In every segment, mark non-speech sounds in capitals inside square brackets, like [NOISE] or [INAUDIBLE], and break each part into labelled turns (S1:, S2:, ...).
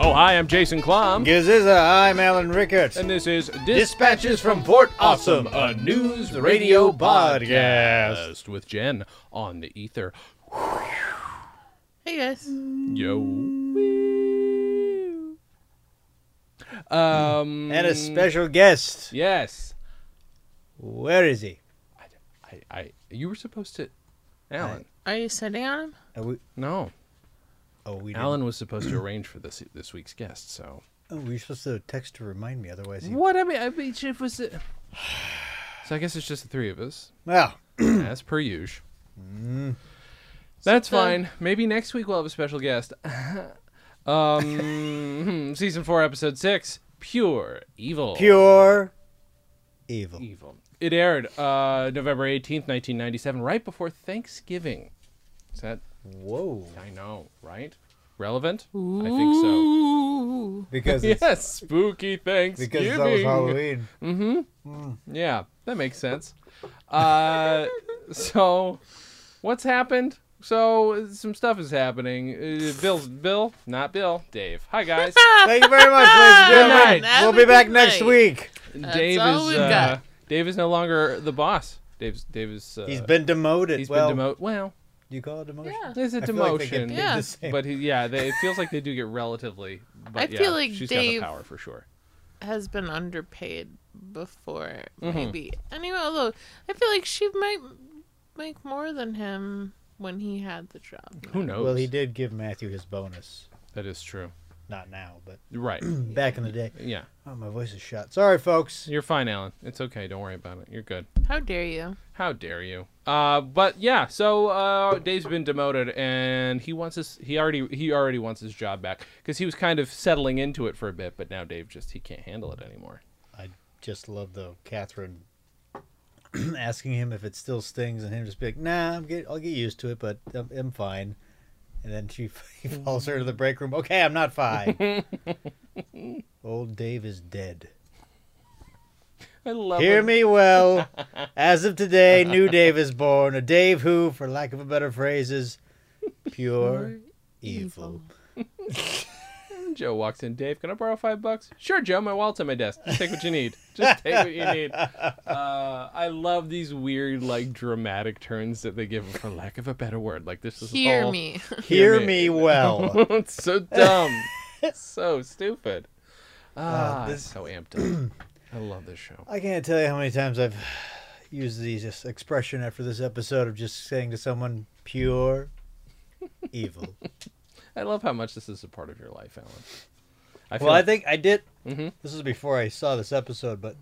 S1: Oh, hi. I'm Jason Klom.
S2: Gaziza, I'm Alan Rickards.
S1: And this is
S2: Dispatches from Fort Awesome, a news radio podcast.
S1: Dispatched with Jen on the ether.
S3: Hey guys.
S1: Yo. Um.
S2: And a special guest.
S1: Yes.
S2: Where is he?
S1: I, I, I- you were supposed to. Alan.
S3: Are you sitting on him?
S2: Are we,
S1: No.
S2: oh, we didn't-
S1: Alan was supposed to arrange for this this week's guest, so.
S2: oh, we were supposed to text to remind me, otherwise he.
S1: What? I mean, I mean, it [SIGHS] was. So I guess it's just the three of us.
S2: Well,
S1: as per usual.
S2: Hmm.
S1: That's fine. Maybe next week we'll have a special guest. [LAUGHS] um, hmm, season four, episode six, pure evil.
S2: pure evil.
S1: evil. It aired uh, November eighteenth, nineteen ninety-seven, right before Thanksgiving. Is that?
S2: Whoa.
S1: I know, right? Relevant? I think so.
S3: Ooh.
S1: [LAUGHS]
S2: Because it's,
S1: Yes, spooky Thanksgiving.
S2: because that was Halloween.
S1: Yeah, that makes sense. Uh, [LAUGHS] so, what's happened? So, some stuff is happening. Uh, Bill's Bill, not Bill. Dave. Hi
S3: [LAUGHS]
S1: guys.
S2: Thank you very much, ladies
S1: [LAUGHS]
S2: and
S1: Good
S2: gentlemen.
S1: night.
S2: We'll
S3: Have
S2: be
S3: a
S2: back
S3: good
S2: next
S3: night.
S2: week.
S1: Dave
S3: all
S1: is
S3: we've
S1: uh,
S3: got.
S1: Dave is no longer the boss. Dave's Dave is. Uh,
S2: He's been demoted.
S1: he's
S2: well,
S1: been demoted. Well,
S2: Do you call it demotion?
S3: Yeah.
S1: there's a
S2: I feel like they get
S1: demotion,
S2: paid
S3: Yeah.
S2: the same.
S1: but he, yeah, they, it feels like they do get relatively. But
S3: I
S1: yeah,
S3: feel like
S1: she's
S3: Dave-
S1: got the power for sure.
S3: Has been underpaid before,
S2: Mm-hmm.
S3: maybe. Anyway, although I feel like she might make more than him when he had the job.
S1: Who knows?
S2: well, he did give Matthew his bonus.
S1: That is true.
S2: Not now, but
S1: Right. [CLEARS THROAT]
S2: back in the day.
S1: yeah,
S2: Oh, my voice is shot. Sorry, folks.
S1: you're fine, Alan. It's okay. Don't worry about it. You're good.
S3: How dare you?
S1: How dare you? Uh, but yeah, so uh, Dave's been demoted, and he wants his he already he already wants his job back because he was kind of settling into it for a bit, but now Dave just he can't handle it anymore.
S2: I just love though Catherine [CLEARS THROAT] asking him if it still stings, and him just be like, "Nah, I'm get, I'll get used to it, but I'm, I'm fine." And then she [LAUGHS] he follows her to the break room. Okay, I'm not [LAUGHS] fine. Old Dave is dead.
S1: I love
S2: Hear
S1: when-
S2: me [LAUGHS] well. As of today, new Dave is born. A Dave who, for lack of a better phrase, [LAUGHS] is pure evil.
S1: Joe walks in. Dave, can I borrow five bucks? Sure, Joe. My wallet's at my desk. Just take what you need. Just take what you
S2: [LAUGHS]
S1: need. Uh, I love these weird like dramatic turns that they give, for lack of a better word. Like this is
S3: Hear
S1: all-
S2: [LAUGHS]
S3: me.
S2: Hear
S1: me.
S2: me well.
S1: [LAUGHS]
S2: [LAUGHS]
S1: it's so dumb. so stupid. Ah,
S2: Uh, this-
S1: so amped
S2: [CLEARS THROAT]
S1: up. I love this show.
S2: I can't tell you how many times I've used the this expression after this episode of just saying to someone, pure [LAUGHS] evil.
S1: I love how much this is a part of your life, Alan. I feel
S2: well, I
S1: like-
S2: think I did.
S1: Mhm.
S2: This is before I saw this episode, but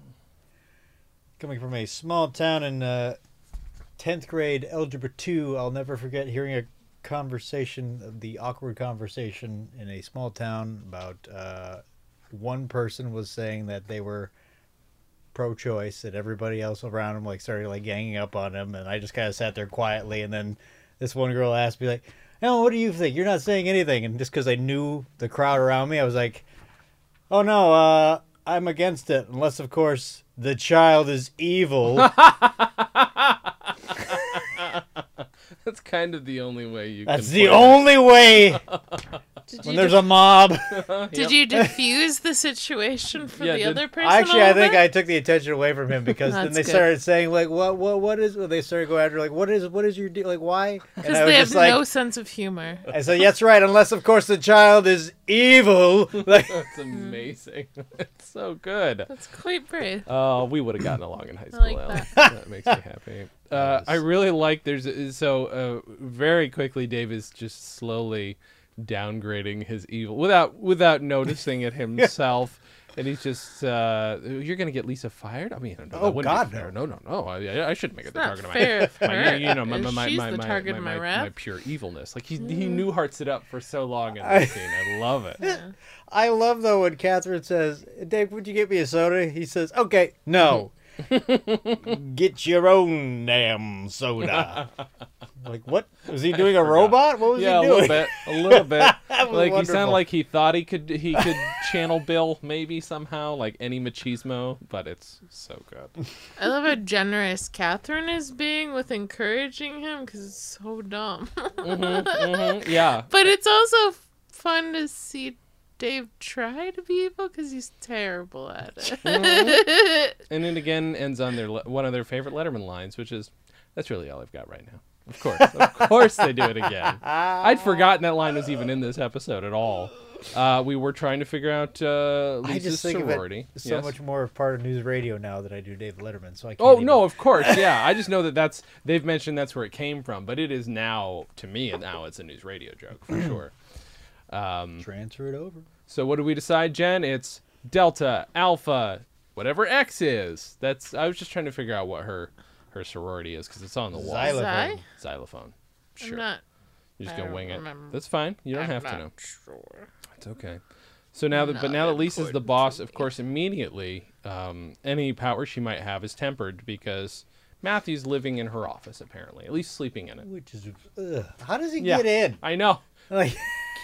S2: coming from a small town in uh, 10th grade algebra 2, I'll never forget hearing a conversation, the awkward conversation in a small town about uh, one person was saying that they were pro-choice and everybody else around him like started like ganging up on him and I just kind of sat there quietly and then this one girl asked me like Alan, what do you think? You're not saying anything. And just because I knew the crowd around me, I was like, oh no, uh, I'm against it. Unless, of course, the child is
S3: [LAUGHS]
S2: evil.
S1: that's kind of the only way you.
S2: That's
S1: can
S2: the
S1: play
S2: only
S3: [LAUGHS]
S2: way
S3: Did
S2: when
S3: you,
S2: there's a mob.
S1: that.
S3: did you diffuse the situation for
S1: Yeah,
S3: the
S1: did-
S3: other
S2: [LAUGHS]
S3: person?
S2: Actually,
S3: a
S2: I
S3: little
S2: think
S3: bit?
S2: I took the attention away from him because then
S3: That's
S2: they
S3: good.
S2: started saying like, what, what, what is? Well, they started going after like, what is, what is your deal? Like, why? And
S3: Because
S2: I was
S3: they have
S2: just like,
S3: no sense of humor.
S2: I said, yes, right. Unless, of course, the child is evil. [LAUGHS] Like,
S3: [LAUGHS]
S1: That's amazing. [LAUGHS] it's so good.
S3: That's quite brave.
S1: Oh, we would have gotten along in high school.
S3: like
S1: Alan. That. makes me
S2: [LAUGHS]
S1: happy. Uh, I really like. There's so uh, very quickly. Dave is just slowly downgrading his evil without without noticing
S2: [LAUGHS]
S1: it himself. And he's just, uh, you're going to get Lisa fired? I mean, no,
S2: Oh,
S1: that wouldn't
S2: God,
S1: be fair.
S2: no.
S1: No, no, no. I, I- I shouldn't make it the
S3: Not
S1: target of my
S3: fair of
S1: my,
S3: her.
S1: you know, my, my,
S3: Is
S1: my,
S3: she's
S1: my,
S3: the
S1: my,
S3: target
S1: my,
S3: of my Mm-hmm.
S1: my,
S3: wrath?
S1: my pure evilness. Like he he new hearts it up for so long in
S2: I-
S1: that scene. I love
S2: [LAUGHS]
S1: it.
S2: I love though when Catherine says, "Dave, would you get me a soda?" He says, "Okay, no. [LAUGHS] get your own damn [LAUGHS] soda." like what was he doing? A robot? What was
S1: Yeah, a
S2: he
S1: little
S2: doing?
S1: bit, a
S2: [LAUGHS]
S1: little bit.
S2: That was
S1: like he
S2: wonderful.
S1: sounded like he thought he could
S2: [LAUGHS]
S1: he could channel Bill maybe somehow like any machismo, but it's so
S2: [LAUGHS]
S1: good.
S3: I love how generous Catherine is being with encouraging him because it's so dumb. [LAUGHS]
S1: Mhm, mhm, Yeah,
S3: but it's also f- fun to see Dave try to be evil because he's terrible at it.
S1: and it again ends on their le- one of their favorite Letterman lines, which is, "That's really all I've got right now." Of course,
S2: [LAUGHS]
S1: of course they do it again. I'd forgotten that line was even in this episode at all. Uh, we were trying to figure out uh,
S2: I
S1: Lisa's
S2: just think
S1: sorority.
S2: of it so
S1: Yes.
S2: much more of part of news radio now than I do David Letterman. So I can't
S1: Oh
S2: even-
S1: no, of course,
S2: [LAUGHS]
S1: yeah. I just know that that's they've mentioned that's where it came from, but it is now to me and now it's a news radio joke
S2: [CLEARS THROAT]
S1: for sure.
S2: transfer it over.
S1: So what do we decide, Jen? It's Delta Alpha, whatever X is. That's I was just trying to figure out what her her sorority is because it's on the wall.
S2: Xylo-
S3: Xylophone.
S1: Xylophone.
S3: [LAUGHS] I'm
S1: Sure,
S3: not.
S1: you're
S3: I
S1: just gonna
S3: don't
S1: wing it.
S3: remember.
S1: That's fine. You don't
S3: I'm
S1: have
S3: not
S1: to know.
S3: Sure.
S1: It's okay. So now that, but
S3: Not
S1: now that Lisa's the
S3: important
S1: boss,
S3: to
S1: of
S3: me.
S1: course, immediately um, any power she might have is tempered because Matthew's living in her office apparently, at least sleeping in it.
S2: Which is ugh. how does he
S1: Yeah.
S2: get in? [LAUGHS]
S1: I know.
S2: Like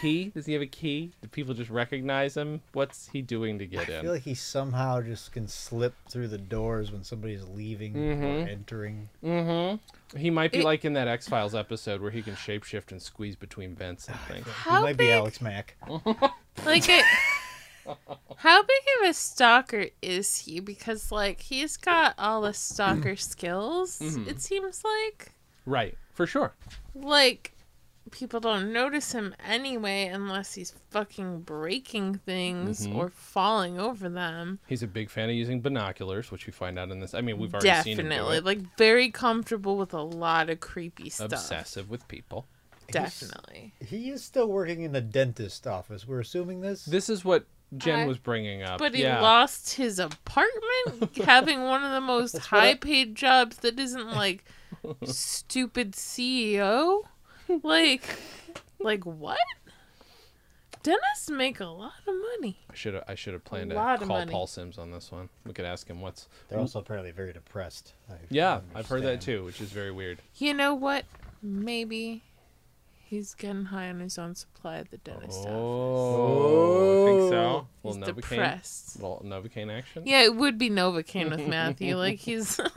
S1: Key? Does he have a key? Do people just recognize him? What's he doing to get
S2: I
S1: in?
S2: feel like he somehow just can slip through the doors when somebody's leaving or
S1: Mhm.
S2: entering.
S1: He might be
S3: It-
S1: like in that X Files episode where he can shapeshift and squeeze between vents
S2: Ah,
S1: and things.
S3: How
S2: he might
S3: big?
S2: be Alex Mack. [LAUGHS]
S3: Like, I, how big of a stalker is he? Because like he's got all
S2: [CLEARS THROAT]
S3: the stalker skills.
S1: Mhm.
S3: It seems like.
S1: Right, for sure.
S3: like people don't notice him anyway unless he's fucking breaking things
S1: Mhm.
S3: or falling over them
S1: He's a big fan of using binoculars, which we find out in this. I mean, we've already seen him do
S3: definitely
S1: it.
S3: like very comfortable with a lot of creepy stuff
S1: obsessive with people.
S3: definitely
S2: He is still working in the dentist office. We're assuming this.
S1: This is what Jen
S3: I-
S1: was bringing up.
S3: but he
S1: yeah.
S3: lost
S1: [LAUGHS]
S3: his apartment having one of the most
S2: what I-
S3: high paid jobs that isn't
S1: [LAUGHS]
S3: like stupid ceo like like what dentists make a lot of money
S1: I should have I should have planned to
S3: lot of
S1: call
S3: money.
S1: Paul Sims on this one. We could ask him what's.
S2: They're also apparently very depressed. I
S1: Yeah, I've heard that
S2: understand.
S1: too, which is very weird.
S3: You know what? Maybe he's getting high on his own supply at the dentist office.
S1: Oh, I think so.
S3: He's
S1: Little Novocaine,
S3: depressed.
S1: little Novocaine action.
S3: Yeah, it would be Novocaine
S1: [LAUGHS]
S3: with Matthew. Like he's. [LAUGHS]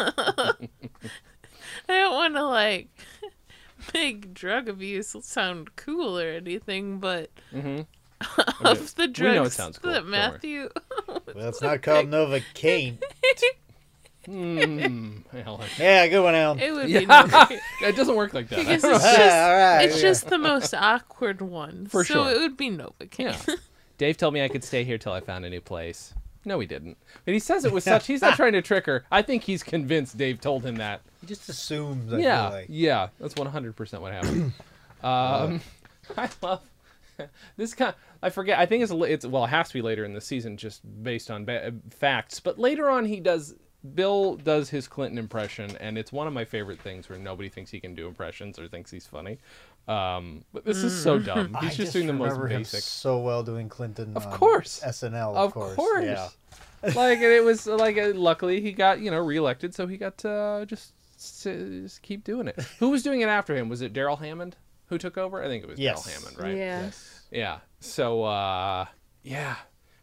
S3: I don't want to like [LAUGHS] make drug abuse sound cool or anything, but [LAUGHS]
S1: Mm-hmm.
S3: of the
S1: We know it
S3: drugs
S1: sounds cool,
S3: that
S1: don't worry. [LAUGHS]
S3: Matthew, [LAUGHS]
S2: Well, it's not called Novocaine.
S1: Mm, Alan.
S2: Yeah, good one, Alan. Ah,
S3: it would be
S1: Yeah.
S3: Novocaine.
S1: it doesn't work like that. I
S3: Because
S1: don't know.
S3: it's just,
S2: all right,
S3: it's
S2: yeah.
S3: just the most awkward one.
S1: For
S3: so
S1: sure.
S3: it would be Novocaine.
S1: [LAUGHS] Yeah.
S3: [LAUGHS]
S1: Dave told me I could stay here till I found a new place. No, he didn't. But he says it with such. He's not trying to trick her. I think he's convinced Dave told him that.
S2: He just assumes. I
S1: yeah,
S2: Feel like. Uh,
S1: yeah. That's one hundred percent what
S2: [COUGHS]
S1: happened. um, [LAUGHS] I love [LAUGHS] this kind. I forget. I think it's it's well, it has to be later in the season, just based on ba- uh, facts. But later on, he does. Bill does his Clinton impression, and it's one of my favorite things where nobody thinks he can do impressions or thinks he's funny. Um, but this is so dumb.
S2: [LAUGHS]
S1: He's
S2: Mm. I
S1: just, doing the most
S2: remember him
S1: basic.
S2: so well doing Clinton. um,
S1: Of
S2: on
S1: course.
S2: SNL. Of,
S1: Of
S2: course.
S1: course.
S2: Yeah.
S1: like and it was like uh, luckily he got you know reelected, so he got to uh, just, s- just keep doing it. Who was doing it after him? Was it Daryl Hammond who took over? I think it was
S2: Yes.
S1: Daryl Hammond, right?
S3: Yeah.
S2: Yes.
S1: Yeah. So uh, yeah,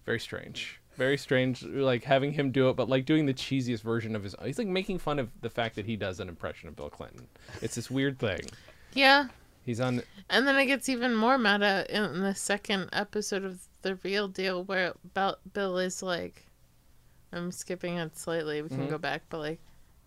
S1: very strange. Very strange, like having him do it, but like doing the cheesiest version of his. He's like making fun of the fact that he does an impression of Bill Clinton. It's this weird thing.
S3: yeah.
S1: He's on.
S3: And then it gets even more meta in the second episode of The Real Deal, where Bel- Bill is like, I'm skipping it slightly. We can
S1: Mhm.
S3: go back, but like,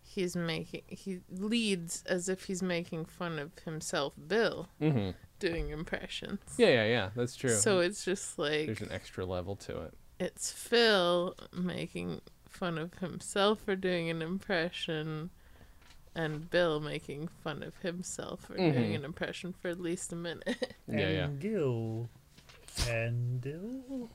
S3: he's making he leads as if he's making fun of himself, Bill,
S1: hmm
S3: doing impressions.
S1: Yeah, yeah, yeah. That's true.
S3: So it's just
S1: there's
S3: like
S1: an extra level to it.
S3: it's Phil making fun of himself for doing an impression, and Bill making fun of himself for
S1: Mm-hmm.
S3: doing an impression for at least a minute. [LAUGHS]
S1: Yeah, yeah.
S2: and Dill.
S1: [LAUGHS]
S2: And Dill.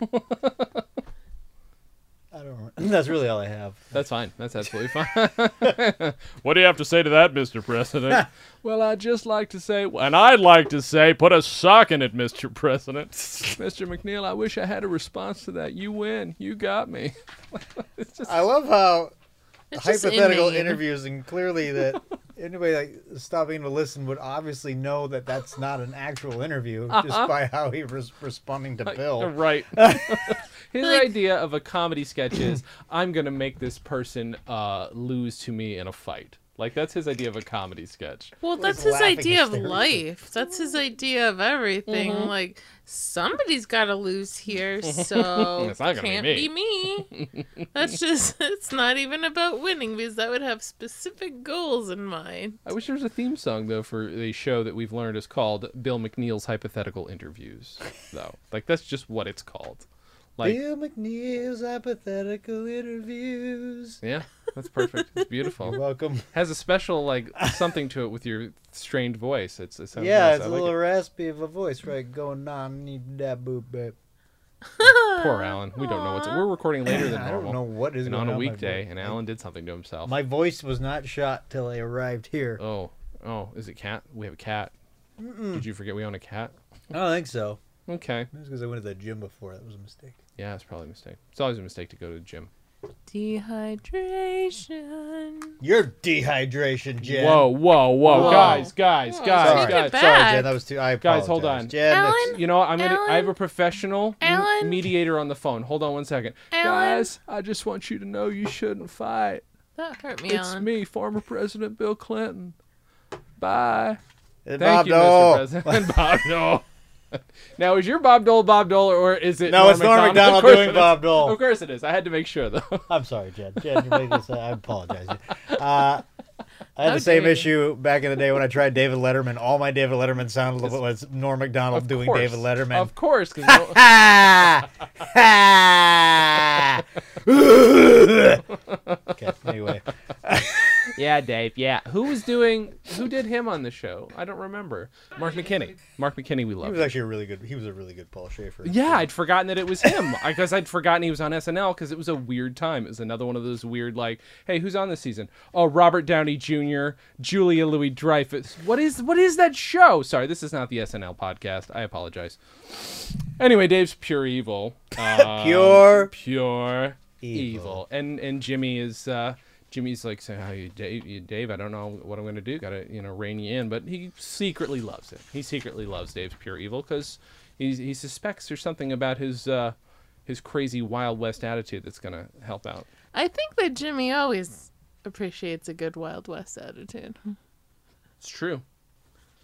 S2: I don't [LAUGHS] remember. That's really all I have.
S1: That's fine. That's [LAUGHS] absolutely fine. [LAUGHS] what do you have to say to that, Mr. President? [LAUGHS] well, I'd just like to say, and I'd like to say, put a sock in it, Mr. [LAUGHS] President. Mr. McNeil, I wish I had a response to that. You win. You got me. it's just,
S2: I love how
S3: It's just
S2: hypothetical
S3: inane.
S2: interviews
S1: [LAUGHS]
S2: and clearly that anybody like stopping to listen would obviously know that that's not an actual interview
S1: Uh-huh.
S2: just by how he was responding
S1: Uh,
S2: to Bill.
S1: Right. [LAUGHS] His idea of a comedy sketch is I'm going to make this person uh, lose to me in a fight. Like, that's his idea of a comedy sketch.
S3: Well, that's
S2: Just
S3: his
S2: laughing
S3: idea of
S2: hysterically.
S3: life. That's his idea of everything.
S1: Mm-hmm.
S3: Like somebody's got to
S1: [LAUGHS]
S3: lose here, so
S1: It's not gonna be
S3: can't
S1: me.
S3: be me.
S1: [LAUGHS]
S3: That's just. It's not even about winning because that would have specific goals in mind.
S1: I wish there was a theme song though for the show that we've learned is called Bill McNeil's Hypothetical Interviews.
S2: [LAUGHS]
S1: Though, like that's just what it's called. Like,
S2: Bill McNeil's
S1: [LAUGHS]
S2: hypothetical interviews.
S1: yeah, that's perfect. It's
S2: You're [LAUGHS]
S1: beautiful.
S2: welcome.
S1: Has a special like something to it with your strained voice. It's it sounds
S2: Yeah,
S1: nice.
S2: it's
S1: I
S2: a
S1: like
S2: little
S1: it.
S2: raspy of a voice, right? Going on, need that boop, babe.
S1: Poor Alan. We don't know what's. We're recording later than
S2: [CLEARS THROAT] I
S1: normal.
S2: don't know what is
S1: And
S2: going
S1: on
S2: on
S1: a
S2: my
S1: weekday,
S2: voice.
S1: and Alan did something to himself.
S2: My voice was not shot till I arrived here.
S1: Oh, oh, is it cat? We have a cat. Did you forget we own a cat?
S2: I don't think so.
S1: Okay.
S2: That's because I went to the gym before. That was a mistake.
S1: Yeah, it's probably a mistake. It's always a mistake to go to the gym.
S3: Dehydration.
S2: Your dehydration, Jen.
S1: Whoa, whoa, whoa,
S3: Whoa.
S1: guys, guys,
S3: Whoa,
S1: guys,
S2: Sorry,
S3: Take
S1: guys.
S3: it
S2: sorry,
S3: back.
S2: Jen. That was too. I apologize.
S1: Guys, hold on.
S2: Jen,
S3: Alan?
S2: it's-
S1: You know, I'm gonna. I have a
S3: Alan?
S1: professional m-
S3: Alan?
S1: mediator on the phone. Hold on one second,
S3: Alan?
S1: guys. I just want you to know you shouldn't fight.
S3: That hurt me,
S1: It's
S3: Alan.
S1: me, former President Bill Clinton. Bye.
S2: And
S1: Thank
S2: Bob
S1: you,
S2: Dole.
S1: Mr. President. [LAUGHS] Bob Dole. [LAUGHS] now, is your Bob Dole Bob Dole, or is it?
S2: [LAUGHS] No, it's Norm
S1: Macdonald? Of
S2: Macdonald
S1: course
S2: doing
S1: it is.
S2: Bob Dole.
S1: Of course it is. I had to make sure though. [LAUGHS]
S2: I'm sorry, Jen. Jen, you made this. I apologize. Uh, I had
S3: How
S2: the same
S3: dare you.
S2: issue back in the day when I tried David Letterman. All my David Letterman sounded was Norm MacDonald
S1: Of
S2: doing
S1: course.
S2: David Letterman.
S1: Of course, 'cause no- [LAUGHS]
S2: [LAUGHS] ha! Ha! okay, anyway.
S1: Yeah, Dave. Yeah. Who was doing? Who did him on the show? I don't remember. Mark McKinney. Mark McKinney. We
S2: He
S1: love.
S2: was actually a really good. He was a really good Paul Schaefer.
S1: Yeah, I'd forgotten that it was him. I guess I'd forgotten he was on SNL because it was a weird time. It was another one of those weird, like, hey, who's on this season? Oh, Robert Downey Jr., Julia Louis Dreyfus. What is what is that show? Sorry, this is not the SNL podcast. I apologize. Anyway, Dave's pure evil. Um,
S2: Pure
S1: pure evil.
S2: evil.
S1: And and Jimmy is uh, Jimmy's like saying, "How you, Dave? You, Dave, I don't know what I'm gonna do. Gotta you know rein you in." But he secretly loves it. He secretly loves Dave's pure evil because he he suspects there's something about his uh, his crazy Wild West attitude that's gonna help out.
S3: I think that Jimmy always appreciates a good Wild West attitude.
S1: It's true.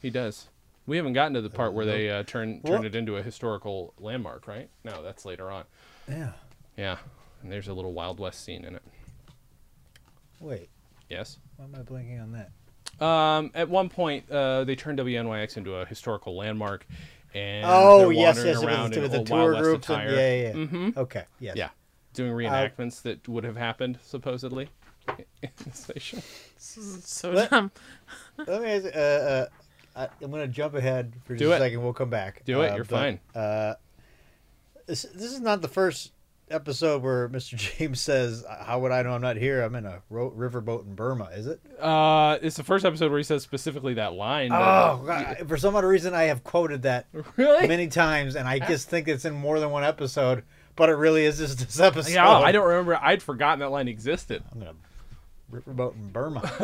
S1: He does. We haven't gotten to the part where they uh, turn turn
S2: Well-
S1: it into a historical landmark, right? No, that's later on.
S2: Yeah.
S1: Yeah, and there's a little Wild West scene in it.
S2: Wait.
S1: Yes.
S2: Why am I blanking on that?
S1: Um, at one point, uh, they turned WNYX into a historical landmark, and
S2: Oh
S1: they're
S2: yes,
S1: wandering
S2: yes, it
S1: around
S2: was, it
S1: in
S2: was the
S1: old Wild
S2: tour
S1: West
S2: groups. And,
S1: attire.
S2: yeah, Uh, yeah. yeah.
S1: Mhm.
S2: Okay. Yes.
S1: Yeah, doing reenactments that would have happened supposedly. [LAUGHS] in the station.
S3: This is so
S1: [LAUGHS]
S2: Let-
S1: Um,
S3: dumb.
S2: Let me ask, uh, uh, I, I'm going to jump ahead for just
S1: Do
S2: a
S1: it.
S2: second. We'll come back.
S1: Do it,
S2: Uh,
S1: you're
S2: but,
S1: fine.
S2: Uh, this, this is not the first episode where [LAUGHS] Mr. James says, "Uh, "How would I know I'm not here? I'm in a ro- riverboat in Burma." Is it?
S1: Uh, it's the first episode where he says specifically that line. but-
S2: Oh, God. for some odd reason, I have quoted that
S1: [LAUGHS] really?
S2: many times, and I just think it's in more than one episode. But it really is just this episode.
S1: Yeah, I don't remember. I'd forgotten that line existed.
S2: I'm in a riverboat in Burma.
S1: [LAUGHS]
S2: [LAUGHS]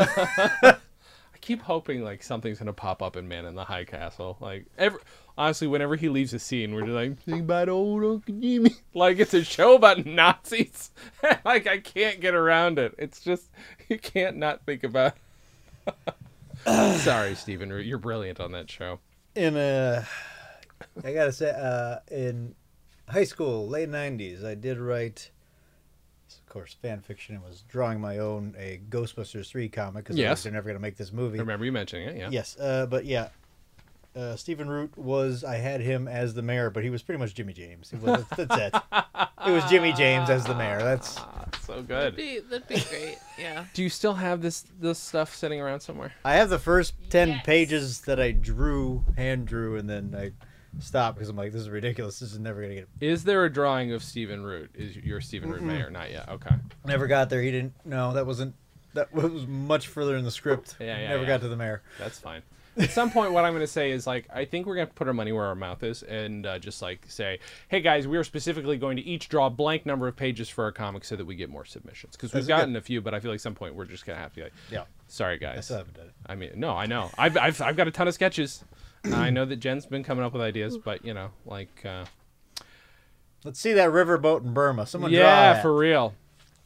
S1: I keep hoping like something's gonna pop up in Man in the High Castle. Like every honestly, whenever he leaves a scene, we're just like think about old Uncle Jimmy. [LAUGHS] Like it's a show about Nazis. [LAUGHS] like I can't get around it. It's just [LAUGHS] you can't not think about. [LAUGHS] Sorry, Stephen, you're brilliant on that show.
S2: in uh I gotta say, uh, in high school, late '90s, I did write, of course, fan fiction and was drawing my own a Ghostbusters three comic because
S1: Yes.
S2: they're never gonna make this movie.
S1: Remember you mentioning it? Yeah.
S2: Yes, uh, but yeah, uh, Stephen Root was I had him as the mayor, but he was pretty much Jimmy James. He was, that's it. It was Jimmy James as the mayor. That's
S1: So so good.
S3: That'd be, that'd be great. Yeah.
S1: Do you still have this this stuff sitting around somewhere?
S2: I have the first 10
S3: Yes.
S2: pages that I drew, hand drew, and then I stopped because I'm like, this is ridiculous. This is never going to get.
S1: Is there a drawing of Stephen Root? Is your Stephen Root mayor? Not yet. Okay.
S2: Never got there. He didn't. No, that wasn't. That was much further in the script.
S1: Yeah, yeah,
S2: Never
S1: yeah.
S2: got to the mayor.
S1: That's fine. At some point, what I'm going to say is like, I think we're going to put our money where our mouth is, and uh, just like say, hey guys, we are specifically going to each draw a blank number of pages for our comics so that we get more submissions because we've
S2: That's good.
S1: gotten a few, but I feel like some point we're just going to have to be like,
S2: Yeah.
S1: sorry
S2: I
S1: guys.
S2: still haven't done it.
S1: I mean, no, I know. I've I've, I've got a ton of sketches. I know that Jen's been coming up with ideas, but you know, like, uh,
S2: Let's see that riverboat in Burma. Someone draw
S1: yeah,
S2: that.
S1: for real.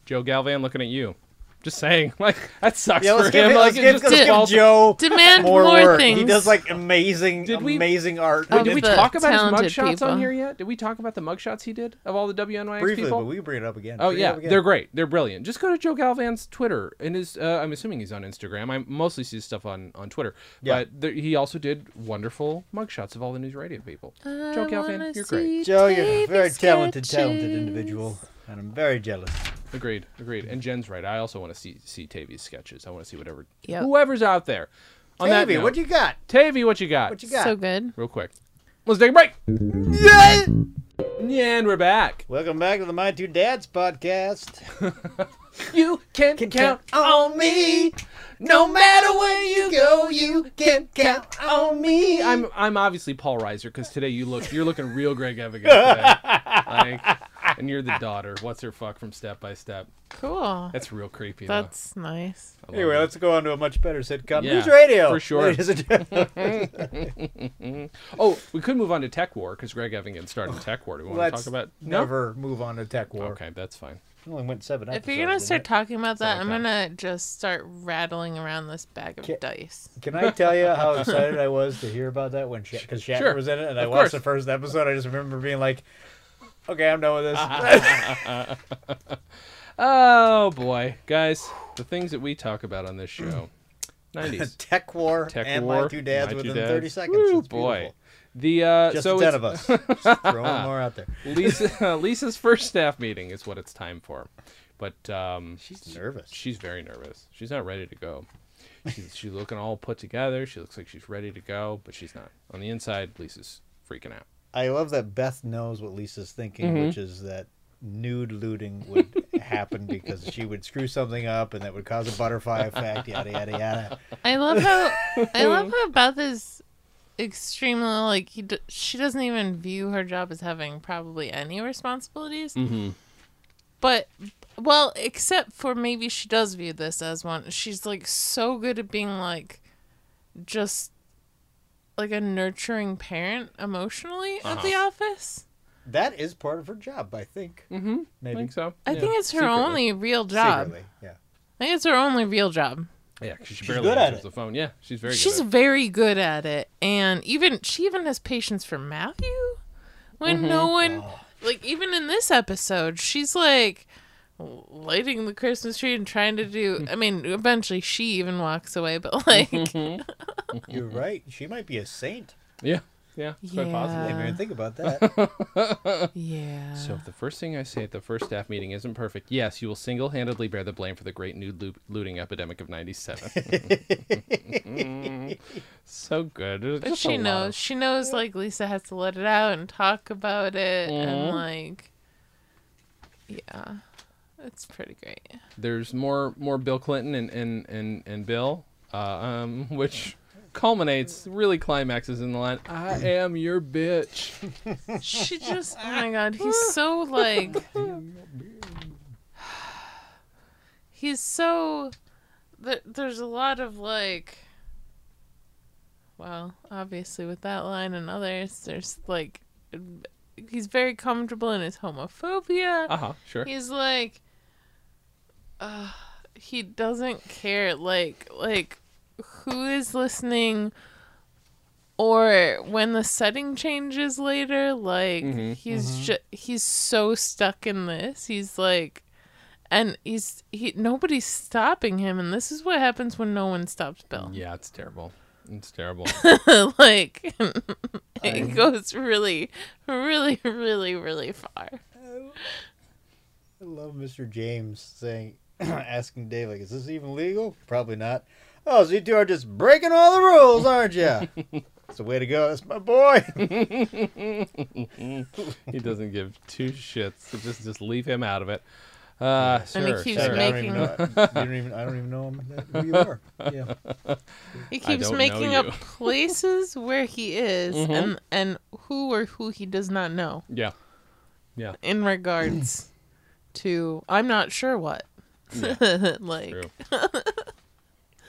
S1: Joe Galvan looking at you. Just saying, [LAUGHS] like that sucks
S2: Yeah, let's
S1: for
S2: give,
S1: him.
S2: him-
S1: like,
S2: let's give,
S1: it
S2: let's
S1: just
S2: give
S1: falls-
S2: Joe
S3: Demand
S2: more,
S3: more
S2: work. He
S3: things.
S2: does like amazing,
S1: Did we-
S2: amazing art.
S1: Wait,
S3: of
S1: did we
S3: the
S1: talk about his
S3: talented
S1: mugshots on
S3: people.
S1: here yet? Did we talk about the mugshots he did of all the WNYX
S2: briefly,
S1: people?
S2: but we can bring it up again.
S1: Oh
S2: Bring it
S1: yeah,
S2: up again.
S1: they're great. They're brilliant. Just go to Joe Galvan's Twitter and his. Uh, I'm assuming he's on Instagram. I mostly see his stuff on on Twitter.
S2: Yeah.
S1: But there, he also did wonderful mugshots of all the news radio people. Joe
S3: [LAUGHS] I
S1: Galvan,
S3: wanna
S1: you're great.
S3: see
S2: Joe, you're a
S3: baby
S2: very talented, talented
S3: sketches.
S2: individual, and I'm very jealous.
S1: Agreed. Agreed. And Jen's right. I also want to see see Tavy's sketches. I want to see whatever
S3: Yep.
S1: whoever's out there. On that
S2: Davey,
S1: note,
S2: what you got?
S1: Tavy, what you got?
S2: What you got?
S3: So good.
S1: Real quick. Let's take a break.
S2: Yeah!
S1: And we're back.
S2: Welcome back to the My Two Dads podcast.
S1: You can,
S2: Can
S1: count,
S2: count
S1: on me. No matter where you go, you can count on me. I'm I'm obviously Paul Reiser because today you look you're looking real Greg Evigan today,
S2: [LAUGHS]
S1: like, and you're the daughter. What's her fuck from Step by Step?
S3: Cool.
S1: That's real creepy. though.
S3: That's nice.
S1: I love
S2: Anyway,
S1: it.
S2: let's go on to a much better sitcom.
S1: Yeah,
S2: News radio.
S1: for sure.
S2: ladies and gentlemen.
S1: oh, we could move on to Tech War because Greg Evigan started Tech War. Do we want to
S2: Oh, Let's
S1: talk about No?
S2: never move on to tech war.
S1: Okay, that's fine.
S2: We only went seven
S3: If
S2: episodes.
S3: you're gonna
S2: didn't
S3: start
S2: it?
S3: talking about that, I'm
S1: Something like
S3: gonna just start rattling around this bag of
S2: Ki-
S1: [LAUGHS]
S3: dice.
S2: Can I tell you how excited I was to hear about that when because Shatner
S1: Sure.
S2: was in it, and I
S1: Of
S2: watched
S1: course.
S2: the first episode. I just remember being like, "Okay, I'm done with
S1: Ah,
S2: this."
S1: Oh boy, guys, the things that we talk about on this
S2: [CLEARS THROAT]
S1: show. 90s.
S2: [LAUGHS] tech war
S1: Tech
S2: and
S1: War,
S2: my two dads
S1: My Two
S2: within
S1: Dads.
S2: 30 seconds.
S1: Woo,
S2: It's
S1: boy.
S2: beautiful.
S1: The uh,
S2: Just
S1: so
S2: the ten
S1: it's-
S2: of us. [LAUGHS] Just throwing more out there. [LAUGHS]
S1: Lisa, Lisa's first staff meeting is what it's time for, but um,
S2: She's nervous.
S1: she's very nervous. She's not ready to go. She's, [LAUGHS] she's looking all put together. She looks like she's ready to go, but she's not. On the inside, Lisa's freaking out.
S2: I love that Beth knows what Lisa's thinking,
S3: Mm-hmm.
S2: which is that nude looting
S3: [LAUGHS]
S2: would happen because she would screw something up and that would cause a butterfly effect. Yada yada yada.
S3: I love how
S1: [LAUGHS]
S3: I love how Beth is extremely like he d- she doesn't even view her job as having probably any responsibilities.
S1: Mm-hmm.
S3: But well, except for maybe she does view this as one. She's like so good at being like just like a nurturing parent emotionally at the
S1: Uh-huh.
S3: office.
S2: That is part of her job, I think.
S1: Mm-hmm. I
S2: Maybe
S1: think so.
S3: I
S1: Yeah.
S3: think it's her
S1: Secretly.
S3: only real job.
S2: secretly. Yeah.
S3: I think it's her only real job.
S1: Yeah, 'cause she
S2: She's
S1: barely
S2: good at
S1: answers
S2: it.
S1: the phone. Yeah, she's very.
S3: She's
S1: good at
S3: very good at it, and even she even has patience for Matthew when
S1: Mm-hmm.
S3: no one,
S1: Oh.
S3: like even in this episode, she's like lighting the Christmas tree and trying
S1: [LAUGHS]
S3: to do. I mean, eventually she even walks away, but like,
S2: You're right. She might be a saint.
S1: it. Yeah, yeah, it's quite
S2: I
S1: possible.
S2: didn't even
S3: Uh.
S2: think about that.
S3: yeah,
S1: So if the first thing I say at the first staff meeting isn't perfect, yes, you will single-handedly bear the blame for the great nude loo- looting epidemic of
S2: [LAUGHS]
S1: '97. [LAUGHS] so good. There's
S3: but
S1: just a
S3: she
S1: lot
S3: knows.
S1: of-
S3: She knows like Lisa has to let it out and talk about it,
S1: Mm-hmm.
S3: and like, yeah, it's pretty great.
S1: There's more more Bill Clinton and and and, and Bill, uh, um, [LAUGHS] which culminates really climaxes in the line, "I am your bitch." [LAUGHS]
S3: She just, oh my god, he's so like. [SIGHS] He's so. There, there's a lot of like. Well, obviously, with that line and others, there's like. He's very comfortable in his homophobia.
S1: Uh huh. [LAUGHS] Sure.
S3: He's like. Uh, he doesn't care, like, like who is listening or when the setting changes later like
S1: Mhm.
S3: he's ju- he's so stuck in this he's like and he's he nobody's stopping him and this is what happens when no one stops bill
S1: Yeah, it's terrible. It's terrible.
S3: [LAUGHS] like [LAUGHS]
S2: I'm-
S3: it goes really really really really far
S2: I love Mr. James saying, [CLEARS THROAT] asking Dave, like, is this even legal? Probably not. Oh, so you two are just breaking all the rules,
S1: [LAUGHS]
S2: aren't you? It's the way to go. That's my boy.
S1: he doesn't give two shits. So just just leave him out of it. Uh, sure,
S3: And he keeps
S1: sure.
S2: Like, I don't even
S3: making-
S2: know. You don't even. I don't even know him, who you are. Yeah.
S3: He
S1: I
S3: keeps
S1: don't know
S3: making up
S1: you.
S3: [LAUGHS]
S1: [LAUGHS] Mm-hmm.
S3: places where he is and and who or who he does not know
S1: Yeah.
S3: in
S1: [CLEARS THROAT]
S3: regards to I'm not sure what. [LAUGHS] like
S1: True.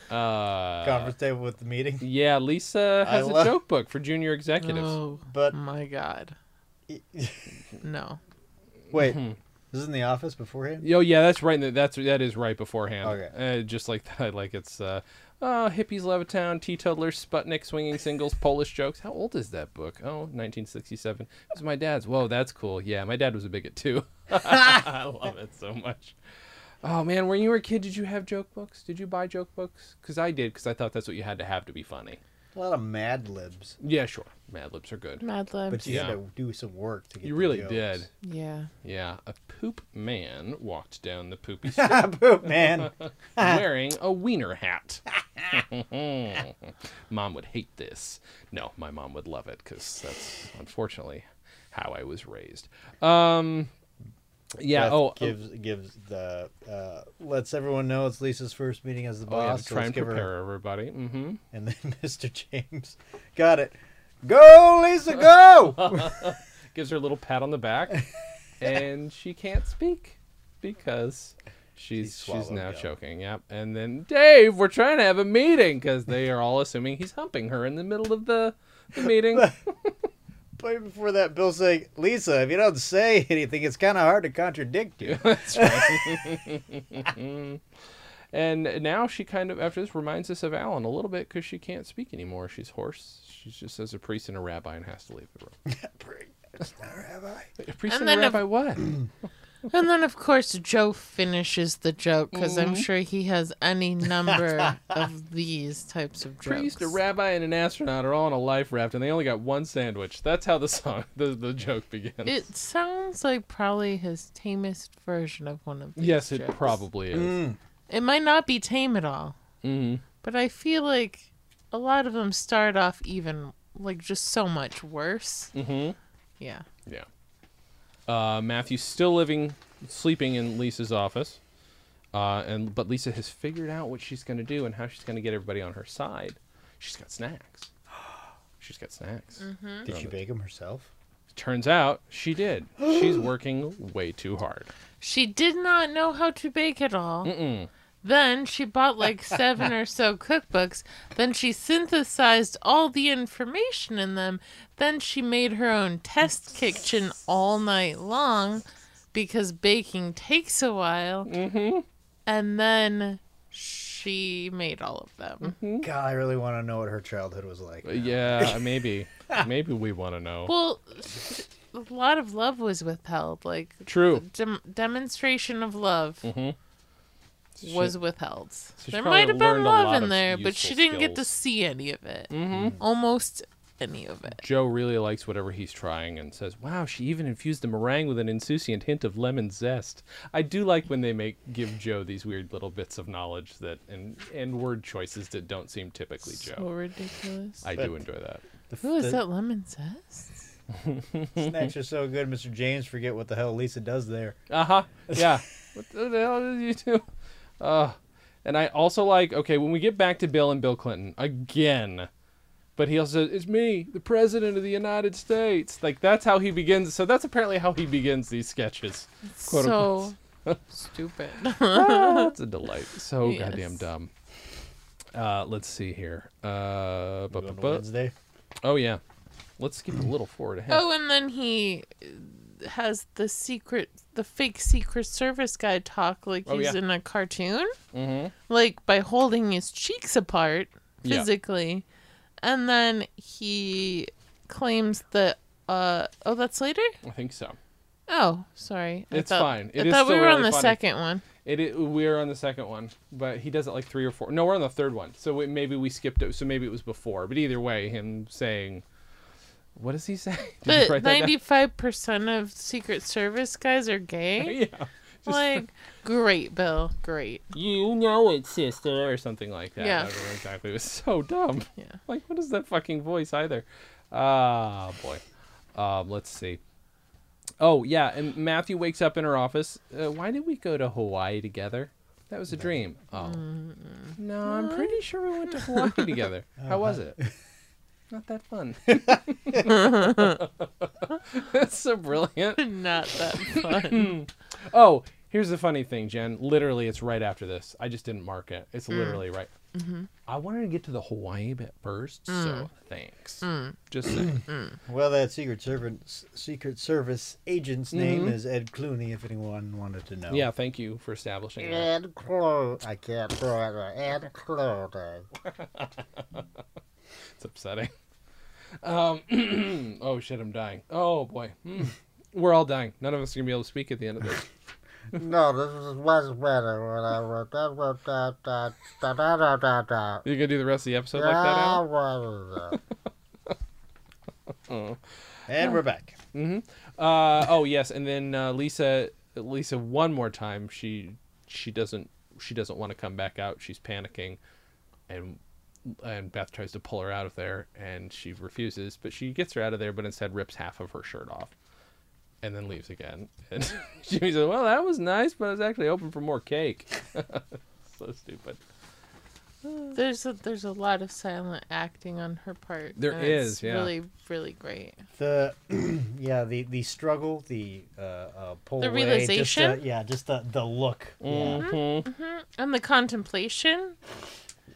S1: Uh,
S2: [LAUGHS] Conference table with the meeting.
S1: yeah, Lisa
S2: I
S1: has a
S2: love-
S1: joke book for junior executives.
S3: oh
S2: But
S3: my
S1: [LAUGHS]
S3: god. No.
S2: wait, this is in the office beforehand.
S1: Oh yeah, that's right. in the- That's that is right beforehand.
S2: Okay.
S1: Uh, just like [LAUGHS] that, like it's uh, oh, hippies Levittown, teetotalers, Sputnik, swinging singles, Polish jokes. How old is that book? Oh, 1967. It was my dad's. Whoa, that's cool. Yeah, my dad was a bigot too. [LAUGHS] I love it so much. Oh man, when you were a kid, did you have joke books? Did you buy joke books? Because I did, because I thought that's what you had to have to be funny.
S2: A lot of Mad Libs,
S1: Yeah, sure. Mad Libs are good.
S3: Mad Libs.
S2: but you
S1: Yeah.
S2: had to do some work to get.
S1: You
S2: the
S1: really
S2: jokes.
S1: did.
S3: yeah.
S1: Yeah, a poop man walked down the
S2: [LAUGHS]
S1: poopy street
S2: Poop man. Uh-huh.
S1: wearing a wiener hat. [LAUGHS] mom would hate this. No, my mom would love it because that's unfortunately how I was raised. Um, yeah.
S2: Beth
S1: oh,
S2: gives gives the uh, lets everyone know it's Lisa's first meeting as the
S1: oh, yeah, to
S2: boss. so
S1: try
S2: let's
S1: and
S2: give her-
S1: prepare everybody. Mm-hmm.
S2: And then [LAUGHS] Mr. James got it. Go, Lisa, go!
S1: Gives her a little pat on the
S2: [LAUGHS]
S1: back, and she can't speak because. She's she's
S2: swallowed
S1: now
S2: up.
S1: choking. Yep. And then Dave, we're trying to have a meeting because they are all assuming he's humping her in the middle of the, the
S2: [LAUGHS]
S1: meeting.
S2: but before that, Bill saying, Lisa, if you don't say anything, it's kind of hard to contradict you.
S1: That's right. and now she kind of, after this, reminds us of Alan a little bit because she can't speak anymore. She's hoarse. She's just as a priest and a rabbi and has to leave the [LAUGHS] room. A priest
S3: And
S1: and, a
S3: then
S1: [CLEARS THROAT]
S3: if-
S1: rabbi, what?
S3: And then, of course, Joe finishes the joke because I'm
S1: Mm-hmm.
S3: sure he has any number
S1: [LAUGHS]
S3: of these types of jokes.
S1: priest, a rabbi, and an astronaut are all on a life raft, and they only got one sandwich. That's how the song, [LAUGHS] the, the joke begins.
S3: It sounds like probably his tamest version of one of these.
S1: yes, it
S3: jokes.
S1: probably is.
S3: It might not be tame at all,
S1: Mhm.
S3: but I feel like a lot of them start off even like just so much worse.
S1: Mhm.
S3: Yeah.
S1: Yeah. Uh, Matthew's still living, sleeping in Lisa's office, uh, and but Lisa has figured out what she's going to do and how she's going to get everybody on her side. She's got [GASPS] snacks. She's got snacks.
S2: Did she bake him herself?
S1: Turns out she did. She's working way too hard.
S3: She did not know how to bake at all.
S1: Mm-mm.
S3: Then she bought like seven or so cookbooks. Then she synthesized all the information in them. Then she made her own test kitchen all night long because baking takes a while. Mm-hmm. And then she made all of them.
S2: God, I really want to know what her childhood was like.
S1: But yeah, maybe, maybe we want to know.
S3: Well, a lot of love was withheld. Like,
S1: True.
S3: dem- demonstration of love was withheld.
S1: Mm-hmm. she
S3: there
S1: probably
S3: might have been
S1: learned a lot
S3: love in
S1: of
S3: there, but she
S1: useful
S3: didn't get to
S1: skills.
S3: see any of it. Mm-hmm. Almost any of it.
S1: Joe really likes whatever he's trying and says, "Wow, she even infused the meringue with an insouciant hint of lemon zest." I do like when they make give Joe these weird little bits of knowledge that and and word choices that don't seem typically
S3: So
S1: Joe.
S3: ridiculous.
S1: I do enjoy that.
S2: The,
S3: Who is
S2: the
S3: that lemon zest?
S2: snacks are so good, Mr. James forget what the hell Lisa does there.
S1: Uh huh. Yeah. what the hell did you do? Uh, and I also like okay when we get back to Bill and Bill Clinton again, but he also says it's me, the president of the United States. Like that's how he begins. So that's apparently how he begins these sketches.
S3: [LAUGHS]
S1: Quote,
S3: so [LAUGHS]
S1: [LAUGHS]
S3: stupid.
S1: Ah, That's a delight. So
S3: Yes.
S1: goddamn dumb. Uh, let's see here. Uh, bu- bu-
S2: We go on
S1: bu-
S2: Wednesday.
S1: oh yeah, let's skip a little forward ahead.
S3: oh, and then he uh, has the secret, the fake Secret Service guy talk like
S1: Oh,
S3: he's
S1: yeah.
S3: in a cartoon.
S1: Mhm.
S3: like by holding his cheeks apart
S1: Yeah.
S3: physically and then he claims that uh oh that's later
S1: I think so.
S3: oh sorry I
S1: It's
S3: thought-
S1: fine. It
S3: i
S1: is
S3: thought we
S1: still
S3: were on
S1: really
S3: the
S1: funny.
S3: second one
S1: It, it we're on the second one, but he does it like three or four. No, we're on the third one. So we, maybe we skipped it. So maybe it was before. But either way, him saying, "What does he say?" [LAUGHS] Did you
S3: but
S1: write that down?
S3: 95% of secret service guys are gay
S1: [LAUGHS] yeah. Just
S3: Like, great, Bill. Great.
S1: You know it, sister, or something like that.
S3: Yeah.
S1: I don't know exactly. It was so dumb.
S3: Yeah. [LAUGHS]
S1: [LAUGHS] Like, what is that fucking voice either? Ah, boy. Um, let's see. Oh yeah, and Matthew wakes up in her office. Uh, why did we go to Hawaii together? That was a dream. Oh. No, I'm pretty sure we went to Hawaii together. How was it? Not that fun. [LAUGHS] That's so brilliant.
S3: Not that
S1: [LAUGHS]
S3: fun.
S1: Oh, here's the funny thing, Jen. Literally, it's right after this. I just didn't mark it. It's literally right. I wanted to get to the Hawaii bit first, so thanks. Just saying.
S2: Well, that Secret Service Secret Service agent's name is Ed Clooney. If anyone wanted to know.
S1: Yeah, thank you for establishing that.
S2: Ed Clooney. I can't throw it. Ed Clooney.
S1: It's upsetting. Um, [CLEARS THROAT] oh shit, I'm dying. Oh boy, Mm. we're all dying. None of us are gonna be able to speak at the end of this.
S2: No, this is much better when I wrote that. wrote that, that, da, da, da, da, da.
S1: You're gonna do the rest of the episode like that.
S2: Yeah,
S1: Al?
S2: well, uh. And we're back.
S1: Uh, oh yes, and then uh, Lisa, Lisa, one more time. She she doesn't she doesn't want to come back out. She's panicking, and and Beth tries to pull her out of there, and she refuses. But she gets her out of there, but instead rips half of her shirt off, and then leaves again. And [LAUGHS] she says, "Well, that was nice, but I was actually hoping for more cake." [LAUGHS] so stupid.
S3: There's a, there's a lot of silent acting on her part.
S1: There
S3: and it's
S1: is, yeah.
S3: Really, really great.
S2: The [CLEARS THROAT] yeah, the the struggle, the uh, uh pull
S3: The
S2: away,
S3: realization?
S2: Just, uh, yeah, just the the look. Yeah.
S1: Mhm.
S3: And the contemplation.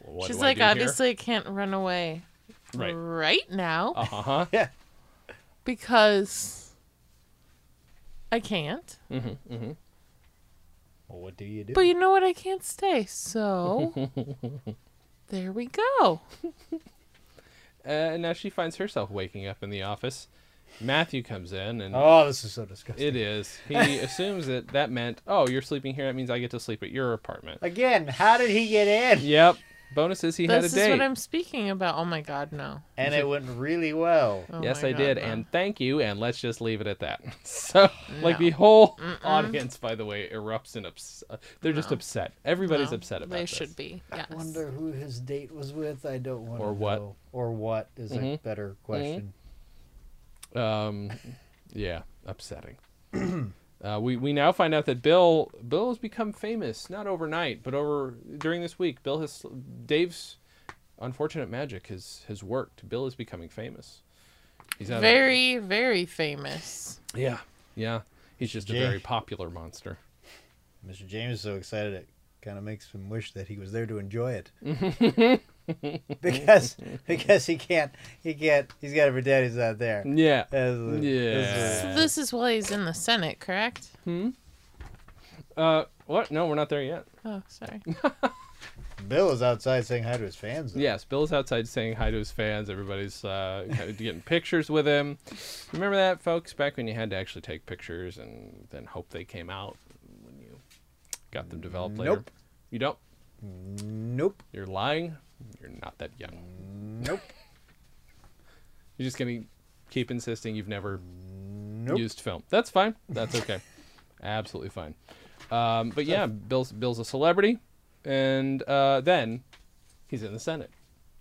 S1: What
S3: She's
S1: do I
S3: like,
S1: do here?
S3: obviously, I can't run away
S1: Right.
S3: now
S1: Uh huh.
S2: Yeah.
S3: because I can't.
S2: Well, what do you do?
S3: But you know what? I can't stay.
S1: [LAUGHS]
S3: So there we go.
S1: Uh, and now she finds herself waking up in the office. Matthew comes in and
S2: oh, this is so disgusting.
S1: It is. He
S3: [LAUGHS]
S1: assumes that that meant, oh, you're sleeping here. That means I get to sleep at your apartment.
S3: [LAUGHS]
S2: Again, how did he get [LAUGHS] in?
S1: Yep. Bonus is he had a
S3: This is
S1: date.
S3: what I'm speaking about. Oh my God, no.
S2: And it went really well.
S3: Oh
S1: yes,
S3: my
S1: I
S3: God,
S1: did.
S3: no.
S1: And thank you. And let's just leave it at that. [LAUGHS] So, like,
S3: No.
S1: the whole audience, by the way, erupts in ups- uh, They're just
S3: No.
S1: upset. Everybody's
S3: No,
S1: upset about
S3: They
S1: this.
S3: should be. Yes.
S2: I wonder who his date was with. I don't want
S1: Or
S2: to
S1: what.
S2: know. Or what Mm-hmm. is a better question.
S1: Um, yeah, upsetting. [CLEARS THROAT] uh, we we now find out that Bill Bill has become famous not overnight, but over during this week. Bill has Dave's unfortunate magic has has worked. Bill is becoming famous. He's out of-
S3: Very, very famous.
S1: yeah yeah. He's just a
S2: Jay.
S1: very popular monster.
S2: Mr. James is so excited it kind of makes him wish that he was there to enjoy it. Mm-hmm. [LAUGHS] because because he can't he can't he's got to pretend he's not there.
S1: Yeah.
S2: That's- that's-
S1: Yeah.
S3: So this is why he's in the Senate, correct?
S1: Uh, what? No, we're not there yet.
S3: Oh, sorry.
S1: [LAUGHS]
S2: Bill is outside saying hi to his fans. though.
S1: Yes, Bill's outside saying hi to his fans. Everybody's uh, kind of getting pictures with him. Remember that, folks? Back when you had to actually take pictures and then hope they came out when you got them developed later.
S2: Nope.
S1: You don't.
S2: Nope.
S1: You're lying. You're not that young.
S2: Nope.
S1: You're just gonna keep insisting you've never
S2: Nope.
S1: used film. That's fine. That's
S2: [LAUGHS]
S1: okay. Absolutely fine. Um, but yeah, Bill's Bill's a celebrity, and uh, then he's in the Senate.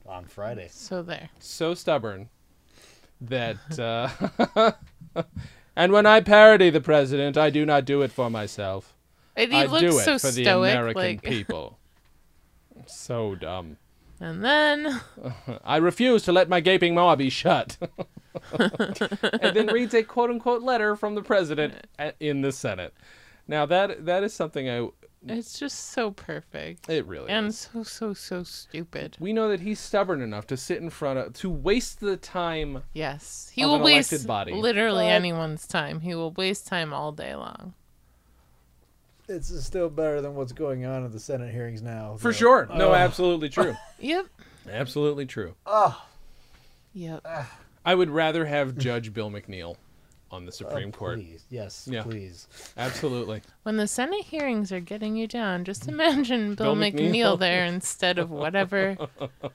S2: On Friday.
S3: So there.
S1: so stubborn that [LAUGHS] uh, [LAUGHS] and when I parody the president, I do not do it for myself.
S3: And he
S1: I
S3: looks
S1: do it
S3: so
S1: for
S3: stoic.
S1: the American
S3: like, [LAUGHS]
S1: people. So dumb.
S3: and then
S1: I refuse to let my gaping maw be shut. [LAUGHS] and then reads a quote unquote letter from the president a- in the Senate. Now that that is something I
S3: it's just so perfect.
S1: it really
S3: and
S1: is.
S3: so so so stupid.
S1: We know that he's stubborn enough to sit in front of to waste the time
S3: Yes, he
S1: Of
S3: will
S1: an
S3: waste
S1: elected body.
S3: literally anyone's time. He will waste time all day long.
S2: It's still better than what's going on at the Senate hearings now.
S1: for
S2: though.
S1: sure. No, absolutely true.
S3: Yep.
S1: [LAUGHS] absolutely true.
S3: Yep.
S1: I would rather have Judge Bill McNeil on the
S2: Oh,
S1: Supreme Court.
S2: Please. Yes,
S1: Yeah.
S2: please.
S1: Absolutely.
S3: When the Senate hearings are getting you down, just imagine Bill,
S1: Bill
S3: McNeil.
S1: McNeil. [LAUGHS]
S3: there instead of whatever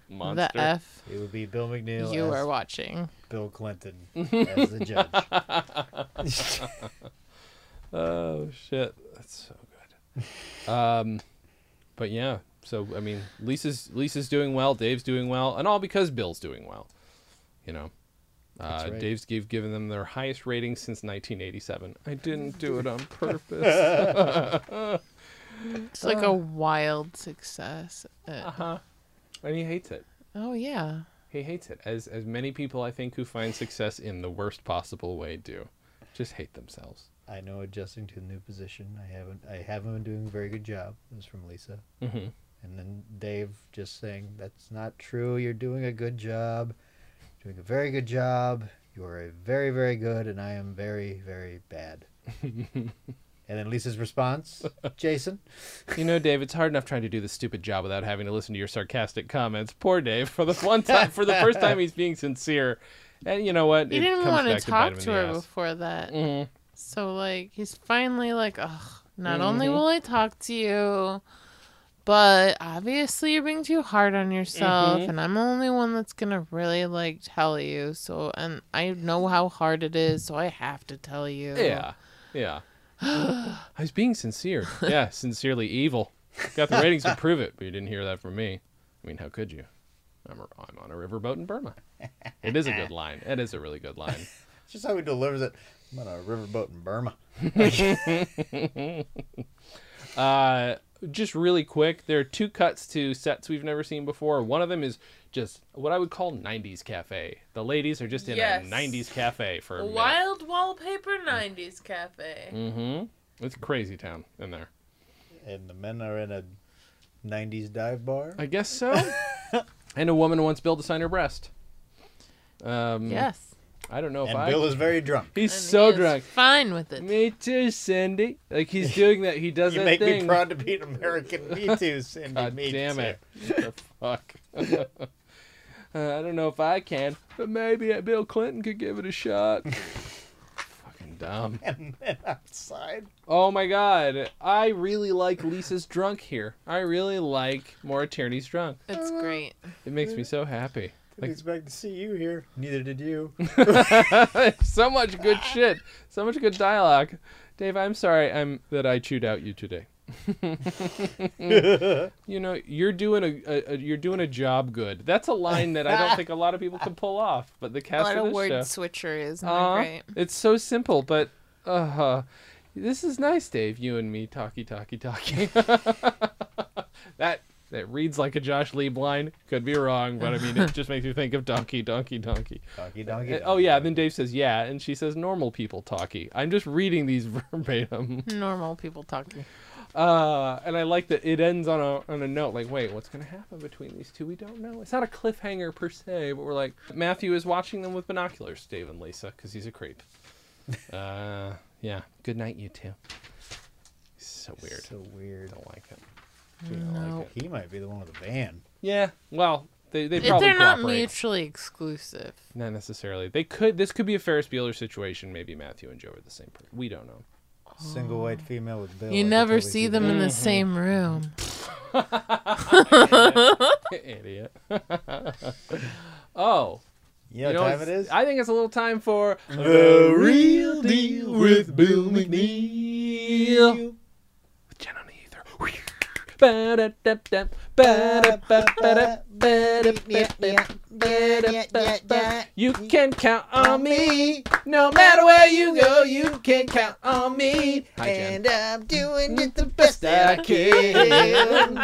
S1: Monster.
S3: the f
S2: It would be Bill McNeil
S3: you
S2: as
S3: are watching.
S2: Bill
S1: [LAUGHS]
S2: Clinton as the judge.
S1: oh shit. That's so good. Um, but yeah, so I mean, Lisa's Lisa's doing well, Dave's doing well, and all because Bill's doing well. You know, uh,
S2: That's right.
S1: Dave's give, given them their highest rating since 1987. I didn't do
S2: [LAUGHS]
S1: it on purpose.
S3: It's like a wild success. Uh,
S1: uh-huh. And he hates it.
S3: oh yeah.
S1: He hates it, as as many people I think who find success in the worst possible way do, just hate themselves.
S2: I know adjusting to a new position. I haven't. I haven't been doing a very good job. It was from Lisa,
S1: Mhm.
S2: and then Dave just saying that's not true. You're doing a good job, doing a very good job. You are a very very good, and I am very very bad.
S1: [LAUGHS]
S2: and then Lisa's response, Jason.
S1: You know, Dave, it's hard enough trying to do this stupid job without having to listen to your sarcastic comments. Poor Dave, for the one time, for the first time, he's being sincere. And you know what?
S3: He
S1: It
S3: didn't
S1: comes
S3: want to
S1: back bite
S3: talk
S1: him
S3: to,
S1: in
S3: her
S1: the ass.
S3: before that.
S1: Mhm.
S3: So like he's finally like, ugh. Not only
S1: Mm-hmm.
S3: will I talk to you, but obviously you're being too hard on yourself,
S1: Mhm.
S3: and I'm the only one that's gonna really like tell you. So and I know how hard it is, so I have to tell you.
S1: Yeah, yeah. I was being sincere.
S3: [LAUGHS]
S1: Yeah, sincerely evil. Got the ratings to prove it, but you didn't hear that from me. I mean, how could you? I'm, a, I'm on a riverboat in Burma. It is a good line. It is a really good line.
S2: It's just how he delivers it. I'm on a riverboat in Burma.
S1: Uh, just really quick, there are two cuts to sets we've never seen before. One of them is just what I would call 90s cafe. The ladies are just in
S3: Yes.
S1: a 90s cafe for a
S3: wallpaper '90s cafe.
S1: Mm-hmm. It's crazy town in there.
S2: And the men are in a 90s dive bar.
S1: I guess so. [LAUGHS] and a woman wants Bill to sign her breast. Um,
S3: Yes,
S1: I don't know if
S2: and
S1: Oh, I.
S2: Bill is very drunk.
S1: he's
S3: And
S1: so
S3: he is
S1: drunk.
S3: Fine with it.
S1: Me too, Cindy. Like he's doing that. He does
S2: You
S1: that
S2: make
S1: thing.
S2: me proud to be an American. me too, Cindy.
S1: God
S2: me
S1: Ah, damn
S2: too.
S1: it. What the fuck? [LAUGHS] Uh, I don't know if I can, but maybe Bill Clinton could give it a shot. Fucking dumb.
S2: And then outside.
S1: Oh my god. I really like Lisa's drunk here. I really like Maura Tierney's drunk.
S3: It's great.
S1: It makes me so happy.
S2: Didn't
S1: Like-
S2: expect to see you here. Neither did you.
S1: [LAUGHS] so much good shit. So much good dialogue. Dave, I'm sorry I'm that I chewed out you today. you know, you're doing a, a, a you're doing a job good. That's a line that I don't think a lot of people can pull off, but the
S3: A
S1: cast
S3: lot
S1: of Uh-huh.
S3: of
S1: this
S3: word
S1: show,
S3: switchery is
S1: Aw,
S3: not great.
S1: it's so simple, but uh, this is nice, Dave. You and me talkie talkie talkie. [LAUGHS] that that reads like a Josh Lieb line. Could be wrong, but I mean,
S3: [LAUGHS]
S1: it just makes me think of donkey, donkey, donkey.
S2: Donkey, donkey,
S1: Uh, Oh yeah, then Dave says yeah, and she says normal people talkie. I'm just reading these [LAUGHS] verbatim,
S3: Normal people talking.
S1: uh, and I like that it ends on a on a note like, wait, what's gonna happen between these two? We don't know. It's not a cliffhanger per se, but we're like Matthew is watching them with binoculars, Dave and Lisa, because he's a creep. uh, yeah. Good night, you two. So weird.
S2: So weird.
S1: Don't like it. Do not like
S3: No.
S1: it.
S2: He might be the one with the van.
S1: Yeah. Well, they they
S3: If
S1: probably
S3: they're not
S1: cooperate.
S3: mutually exclusive.
S1: Not necessarily. They could. This could be a Ferris Bueller situation. Maybe Matthew and Joe are the same person. We don't know.
S2: Single white female with Bill. I
S3: You
S2: could
S3: never
S2: totally
S3: see
S2: that.
S3: them in the same room.
S1: [LAUGHS] Idiot. oh.
S2: You know,
S1: you know,
S2: what time it
S1: it's-
S2: is?
S1: I think it's a little time for
S2: The Real Deal with Bill
S1: McNeil. With Jen on the ether. Ba-da-da-da, ba-da-ba-ba-da, ba-da-ba-ba-da, ba-da-ba-ba. You can count on me. No matter where you go, you can count on me. Hi, Jen.
S2: I'm doing it the best that I [LAUGHS] can.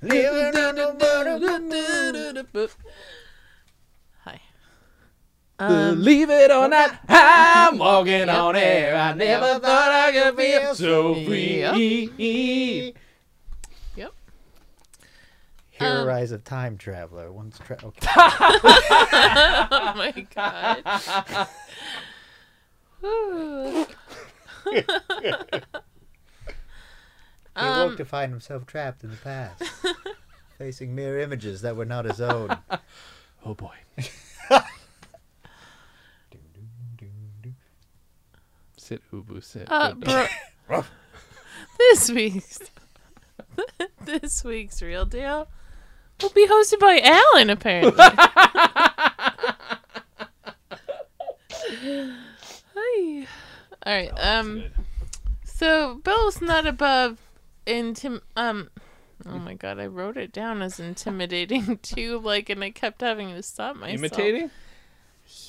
S2: Living on the
S1: [LAUGHS]
S2: bottom.
S3: Hi. Um,
S1: Believe it or not, I'm walking on air. I never thought I could feel so free.
S3: Yep.
S2: Here
S3: Um,
S2: rise a time traveler. Once tra- okay.
S3: Oh my god. Whew.
S2: He
S3: Um,
S2: woke to find himself trapped in the past, facing mere images that were not his own.
S1: Oh boy. Sit, Ubu, sit.
S3: Uh,
S1: Ubu.
S3: bro- this week's [LAUGHS] this week's real deal will be hosted by Alan. Apparently. um, Hi. All right. Um. So Bill's not above intim um oh my god, I wrote it down as intimidating [LAUGHS] too, like and I kept having to stop myself.
S1: Imitating? [LAUGHS]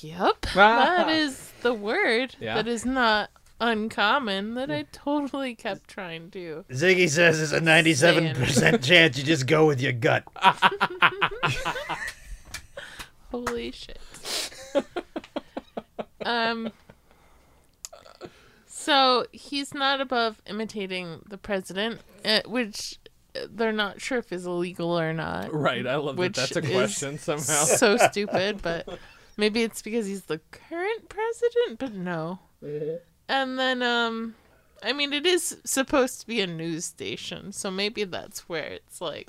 S3: Yep. that is the word
S1: Yeah.
S3: that is not uncommon that I totally kept trying to.
S2: Ziggy says it's a
S3: [LAUGHS]
S2: 97% chance you just go with your gut.
S1: [LAUGHS]
S3: Holy shit. um so he's not above imitating the president, uh, which uh, they're not sure if is illegal or not.
S1: Right. I love
S3: Which
S1: that. That's a
S3: is-
S1: question somehow.
S3: so stupid, but maybe it's because he's the current president, but no. And then um I mean it is supposed to be a news station, so maybe that's where it's like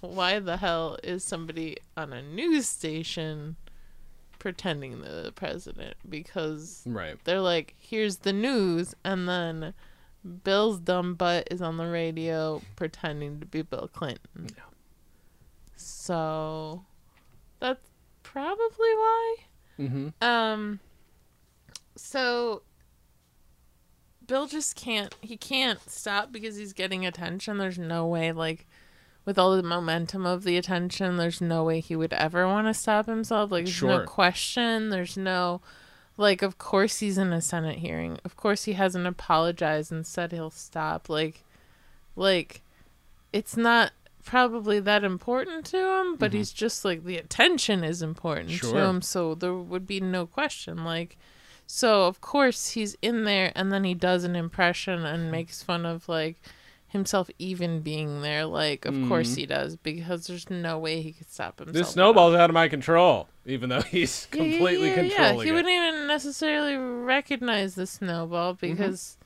S3: why the hell is somebody on a news station pretending they're the president because
S1: Right.
S3: they're like here's the news and then Bill's dumb butt is on the radio pretending to be Bill Clinton. So that's probably why.
S1: Mm-hmm.
S3: Um so Bill just can't he can't stop because he's getting attention. There's no way like with all the momentum of the attention, there's no way he would ever want to stop himself. Like there's
S1: Sure.
S3: no question. There's no like of course he's in a Senate hearing. Of course he hasn't apologized and said he'll stop. Like like it's not probably that important to him, but he's just like the attention is important
S1: Mm-hmm. Sure.
S3: to him, so there would be no question. Like so of course he's in there and then he does an impression
S1: Mm-hmm.
S3: and makes fun of like himself even being there. Like of course he does because there's no way he could stop himself.
S1: Mm-hmm. This
S3: at all.
S1: snowball's out of my control, even though he's completely controlling
S3: He
S1: it.
S3: wouldn't even necessarily recognize the snowball
S1: Mm-hmm.
S3: because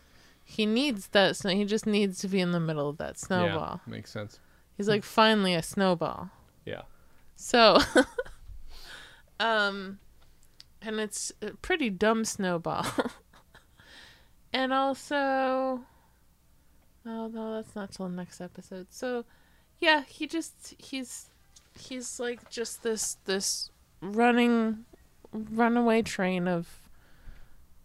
S3: he needs that snow. He just needs to be in the middle of that snowball.
S1: Yeah, makes sense.
S3: He's like, finally a snowball.
S1: Yeah.
S3: So, [LAUGHS] um, and it's a pretty dumb snowball. [LAUGHS] and also, oh no, that's not till next episode. So, yeah, he just he's he's like just this this running runaway train of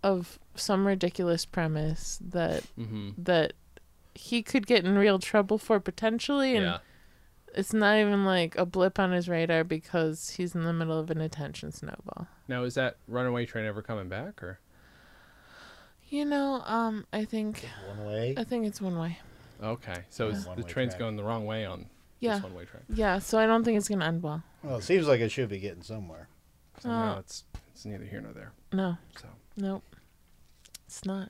S3: of some ridiculous premise that
S1: Mm-hmm.
S3: that he could get in real trouble for potentially and
S1: Yeah.
S3: it's not even like a blip on his radar because he's in the middle of an attention snowball.
S1: Now is that runaway train ever coming back or?
S3: You know, um, I think
S2: One way.
S3: I think it's one way.
S1: Okay, so it's, the
S2: One-way
S1: train's
S2: track.
S1: going the wrong way on
S3: Yeah.
S1: this one-way track.
S3: Yeah, so I don't think it's gonna end well.
S2: Well, it seems like it should be getting somewhere.
S1: So
S3: Oh.
S1: no, it's it's neither here nor there.
S3: No,
S1: So
S3: nope. It's not.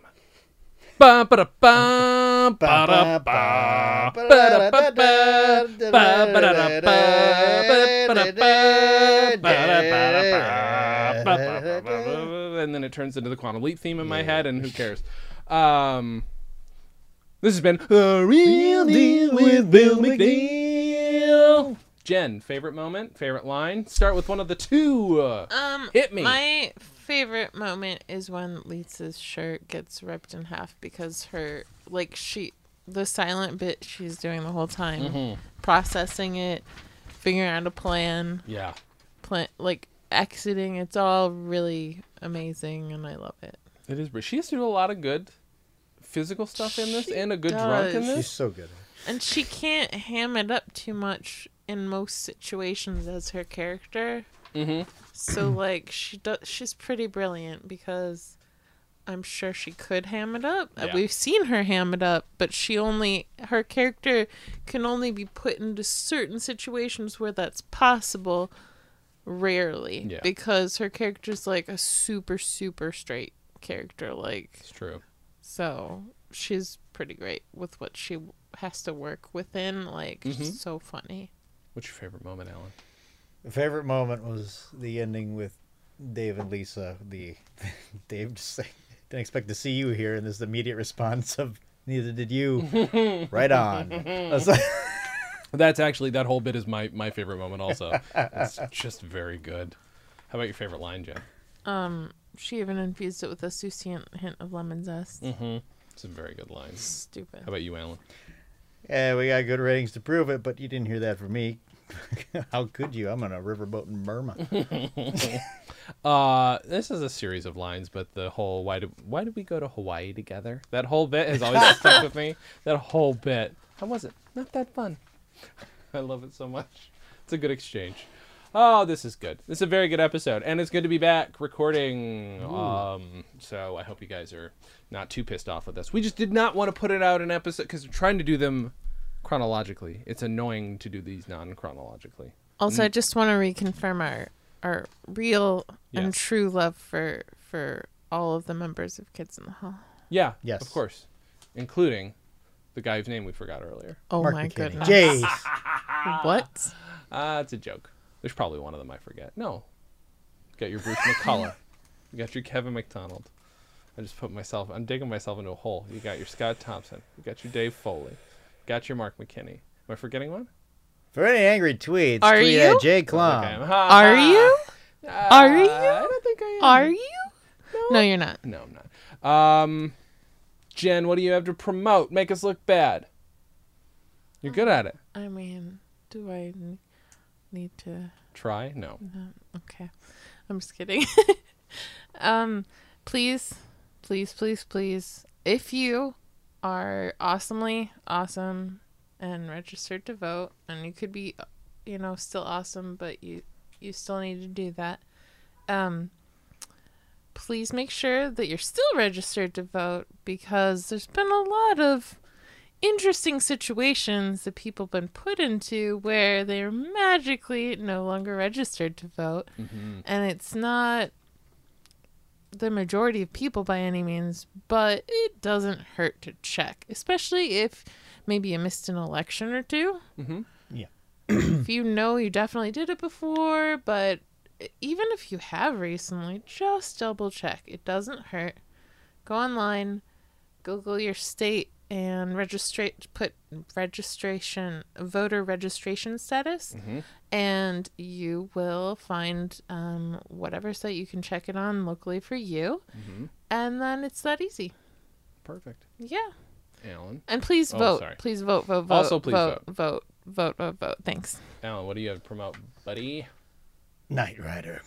S1: Ba ba da ba ba da ba ba da ba ba ba da da ba ba da ba ba da ba da ba ba ba ba ba ba and then it turns into the quantum leap theme in my head and who cares um this has been a real deal with bill mcneil jen favorite moment favorite line start with one of the two uh,
S3: Um,
S1: Hit me.
S3: My favorite moment is when Lisa's shirt gets ripped in half because her like she the silent bit she's doing the whole time,
S1: Mm-hmm.
S3: processing it, figuring out a plan,
S1: yeah
S3: plan like exiting. It's all really amazing, and I love it.
S1: it is but she has to do a lot of good physical stuff in this and a good drunk in
S3: does.
S2: She's
S1: this
S2: so good.
S3: And she can't ham it up too much in most situations as her character.
S1: mm-hmm
S3: So like she does, she's pretty brilliant because I'm sure she could ham it up. Uh,
S1: Yeah.
S3: We've seen her ham it up, but she only her character can only be put into certain situations where that's possible. Rarely,
S1: Yeah.
S3: because her character's like a super super straight character. Like
S1: it's true
S3: so, she's pretty great with what she w- has to work within. Like she's
S1: Mhm.
S3: so funny.
S1: what's your favorite moment alan
S2: Favorite moment was the ending with Dave and Lisa. The [LAUGHS] Dave just saying, "Didn't expect to see you here," and this immediate response of, "Neither did you."
S3: [LAUGHS]
S2: right on. I was like,
S1: That's actually that whole bit is my my favorite moment. Also, it's just very good. How about your favorite line, Jen?
S3: Um, she even infused it with a succinct hint of lemon zest.
S1: Mm-hmm. It's a very good line.
S3: Stupid.
S1: How about you, Alan?
S2: Yeah, we got good ratings to prove it, but you didn't hear that from me. [LAUGHS] How could you? I'm on a riverboat in Burma.
S1: Uh, this is a series of lines, but the whole why did why did we go to Hawaii together? That whole bit has always stuck with me. That whole bit. How was it? Not that fun. [LAUGHS] I love it so much. It's a good exchange. Oh, this is good. This is a very good episode, and it's good to be back recording. Um, so I hope you guys are not too pissed off with us. We just did not want to put it out an episode because we're trying to do them chronologically. It's annoying to do these non-chronologically.
S3: Also, I just want to reconfirm our our real and
S1: Yes.
S3: true love for for all of the members of Kids in the Hall.
S1: Yeah.
S2: Yes.
S1: Of course, including the guy whose name we forgot earlier.
S3: Oh
S2: Mark
S3: my
S2: McKinney.
S3: goodness!
S2: Jeez.
S3: What?
S1: Ah, it's a joke. There's probably one of them I forget. No. You got your Bruce McCullough. You got your Kevin McDonald. I just put myself, I'm digging myself into a hole. You got your Scott Thompson. You got your Dave Foley. You got your Mark McKinney. Am I forgetting one?
S2: For any angry tweets,
S3: Are
S2: tweet
S3: you?
S2: at Jay Klum.
S1: Okay, I'm- ha,
S3: Are
S1: ha.
S3: you?
S1: Uh,
S3: Are you?
S1: I don't think I am.
S3: Are you? No, you're not.
S1: No, I'm not. Um, Jen, what do you have to promote? Make us look bad. You're good at it.
S3: I mean, do I n- need to?
S1: Try? No.
S3: Okay, I'm just kidding. [LAUGHS] um, please, please, please, please, if you are awesomely awesome and registered to vote, and you could be, you know, still awesome, but you you still need to do that. Um, please make sure that you're still registered to vote because there's been a lot of interesting situations that people have been put into where they're magically no longer registered to vote and it's not the majority of people by any means but it doesn't hurt to check especially if maybe you missed an election or two
S1: Mhm.
S2: Yeah.
S3: if you know you definitely did it before but even if you have recently just double check it doesn't hurt go online Google your state and registrate put registration voter registration status and you will find um, whatever site you can check it on locally for you
S1: Mm-hmm.
S3: and then it's that easy
S1: Perfect.
S3: yeah
S1: Alan.
S3: and please
S1: Oh,
S3: vote
S1: sorry.
S3: please vote vote vote
S1: Also, please
S3: vote, vote vote vote vote thanks
S1: Alan, what do you have to promote, buddy?
S2: Night Rider.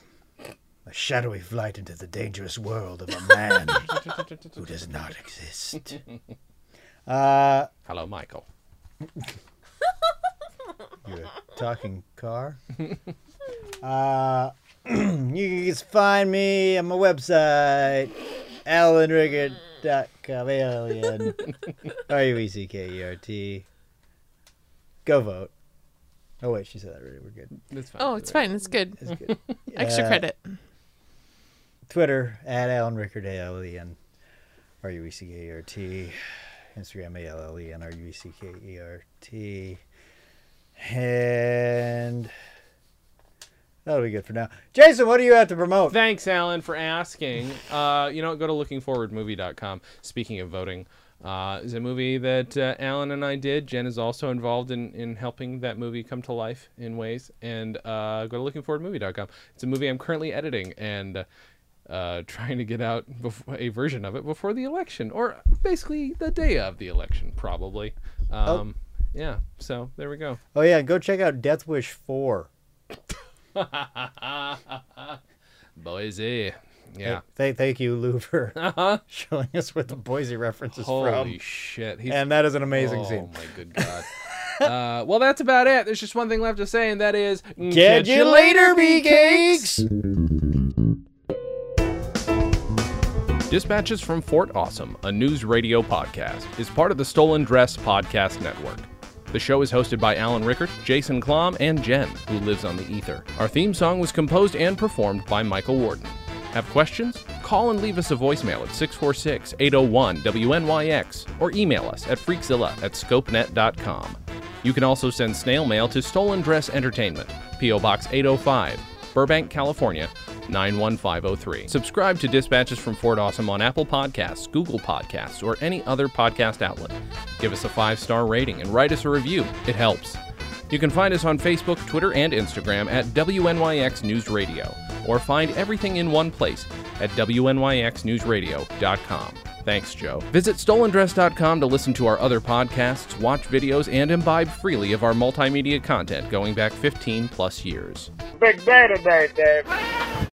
S2: A shadowy flight into the dangerous world of a
S3: [LAUGHS]
S2: man who does not exist. Uh,
S1: [LAUGHS] Hello, Michael.
S2: you're [LAUGHS] a talking car. Uh, [CLEARS THROAT] you can find me on my website, alanriggert.com. Alien.
S3: [LAUGHS]
S2: R U E C K E R T. Go vote. Oh, wait, she said that already. We're good.
S1: It's fine.
S3: oh it's fine it's good
S2: That's good.
S3: [LAUGHS] extra
S2: Uh,
S3: credit
S2: Twitter at Alan Rickard A L E N R U E C K E R T. Instagram A L L E N R U E C K E R T. And that'll be good for now. Jason, what do you have to promote?
S1: Thanks, Alan, for asking. Uh, you know, go to lookingforwardmovie.com. Speaking of voting, uh, is a movie that uh, Alan and I did. Jen is also involved in, in helping that movie come to life in ways. And uh, go to lookingforwardmovie.com. It's a movie I'm currently editing and uh, trying to get out before, a version of it before the election, or basically the day of the election, probably. Um, Yeah, so there we go.
S2: oh, yeah, go check out Death Wish 4.
S1: Boise. Yeah.
S2: Th- thank you, Lou, [LAUGHS] for showing us where the Boise reference is
S1: Holy
S2: from.
S1: shit. He's
S2: And that is an amazing
S1: oh,
S2: scene.
S1: my good god. [LAUGHS] uh, well, that's about it. There's just one thing left to say, and that is
S2: Catch you later, bee cakes!
S1: Dispatches from Fort Awesome, a news radio podcast, is part of the Stolen Dress Podcast Network. The show is hosted by Alan Rickert, Jason Klom, and Jen, who lives on the ether. Our theme song was composed and performed by Michael Warden. Have questions? Call and leave us a voicemail at 646 801 WNYX or email us at freakzilla at scopenet.com. You can also send snail mail to Stolen Dress Entertainment, P.O. Box 805, Burbank, California, 91503. Subscribe to Dispatches from Fort Awesome on Apple Podcasts, Google Podcasts, or any other podcast outlet. Give us a five star rating and write us a review, it helps. You can find us on Facebook, Twitter, and Instagram at WNYX News Radio. or find everything in one place at WNYXNewsRadio.com. Thanks, Joe. Visit stolendress.com to listen to our other podcasts, watch videos, and imbibe freely of our multimedia content going back 15 plus years.
S4: Big day today, Dave.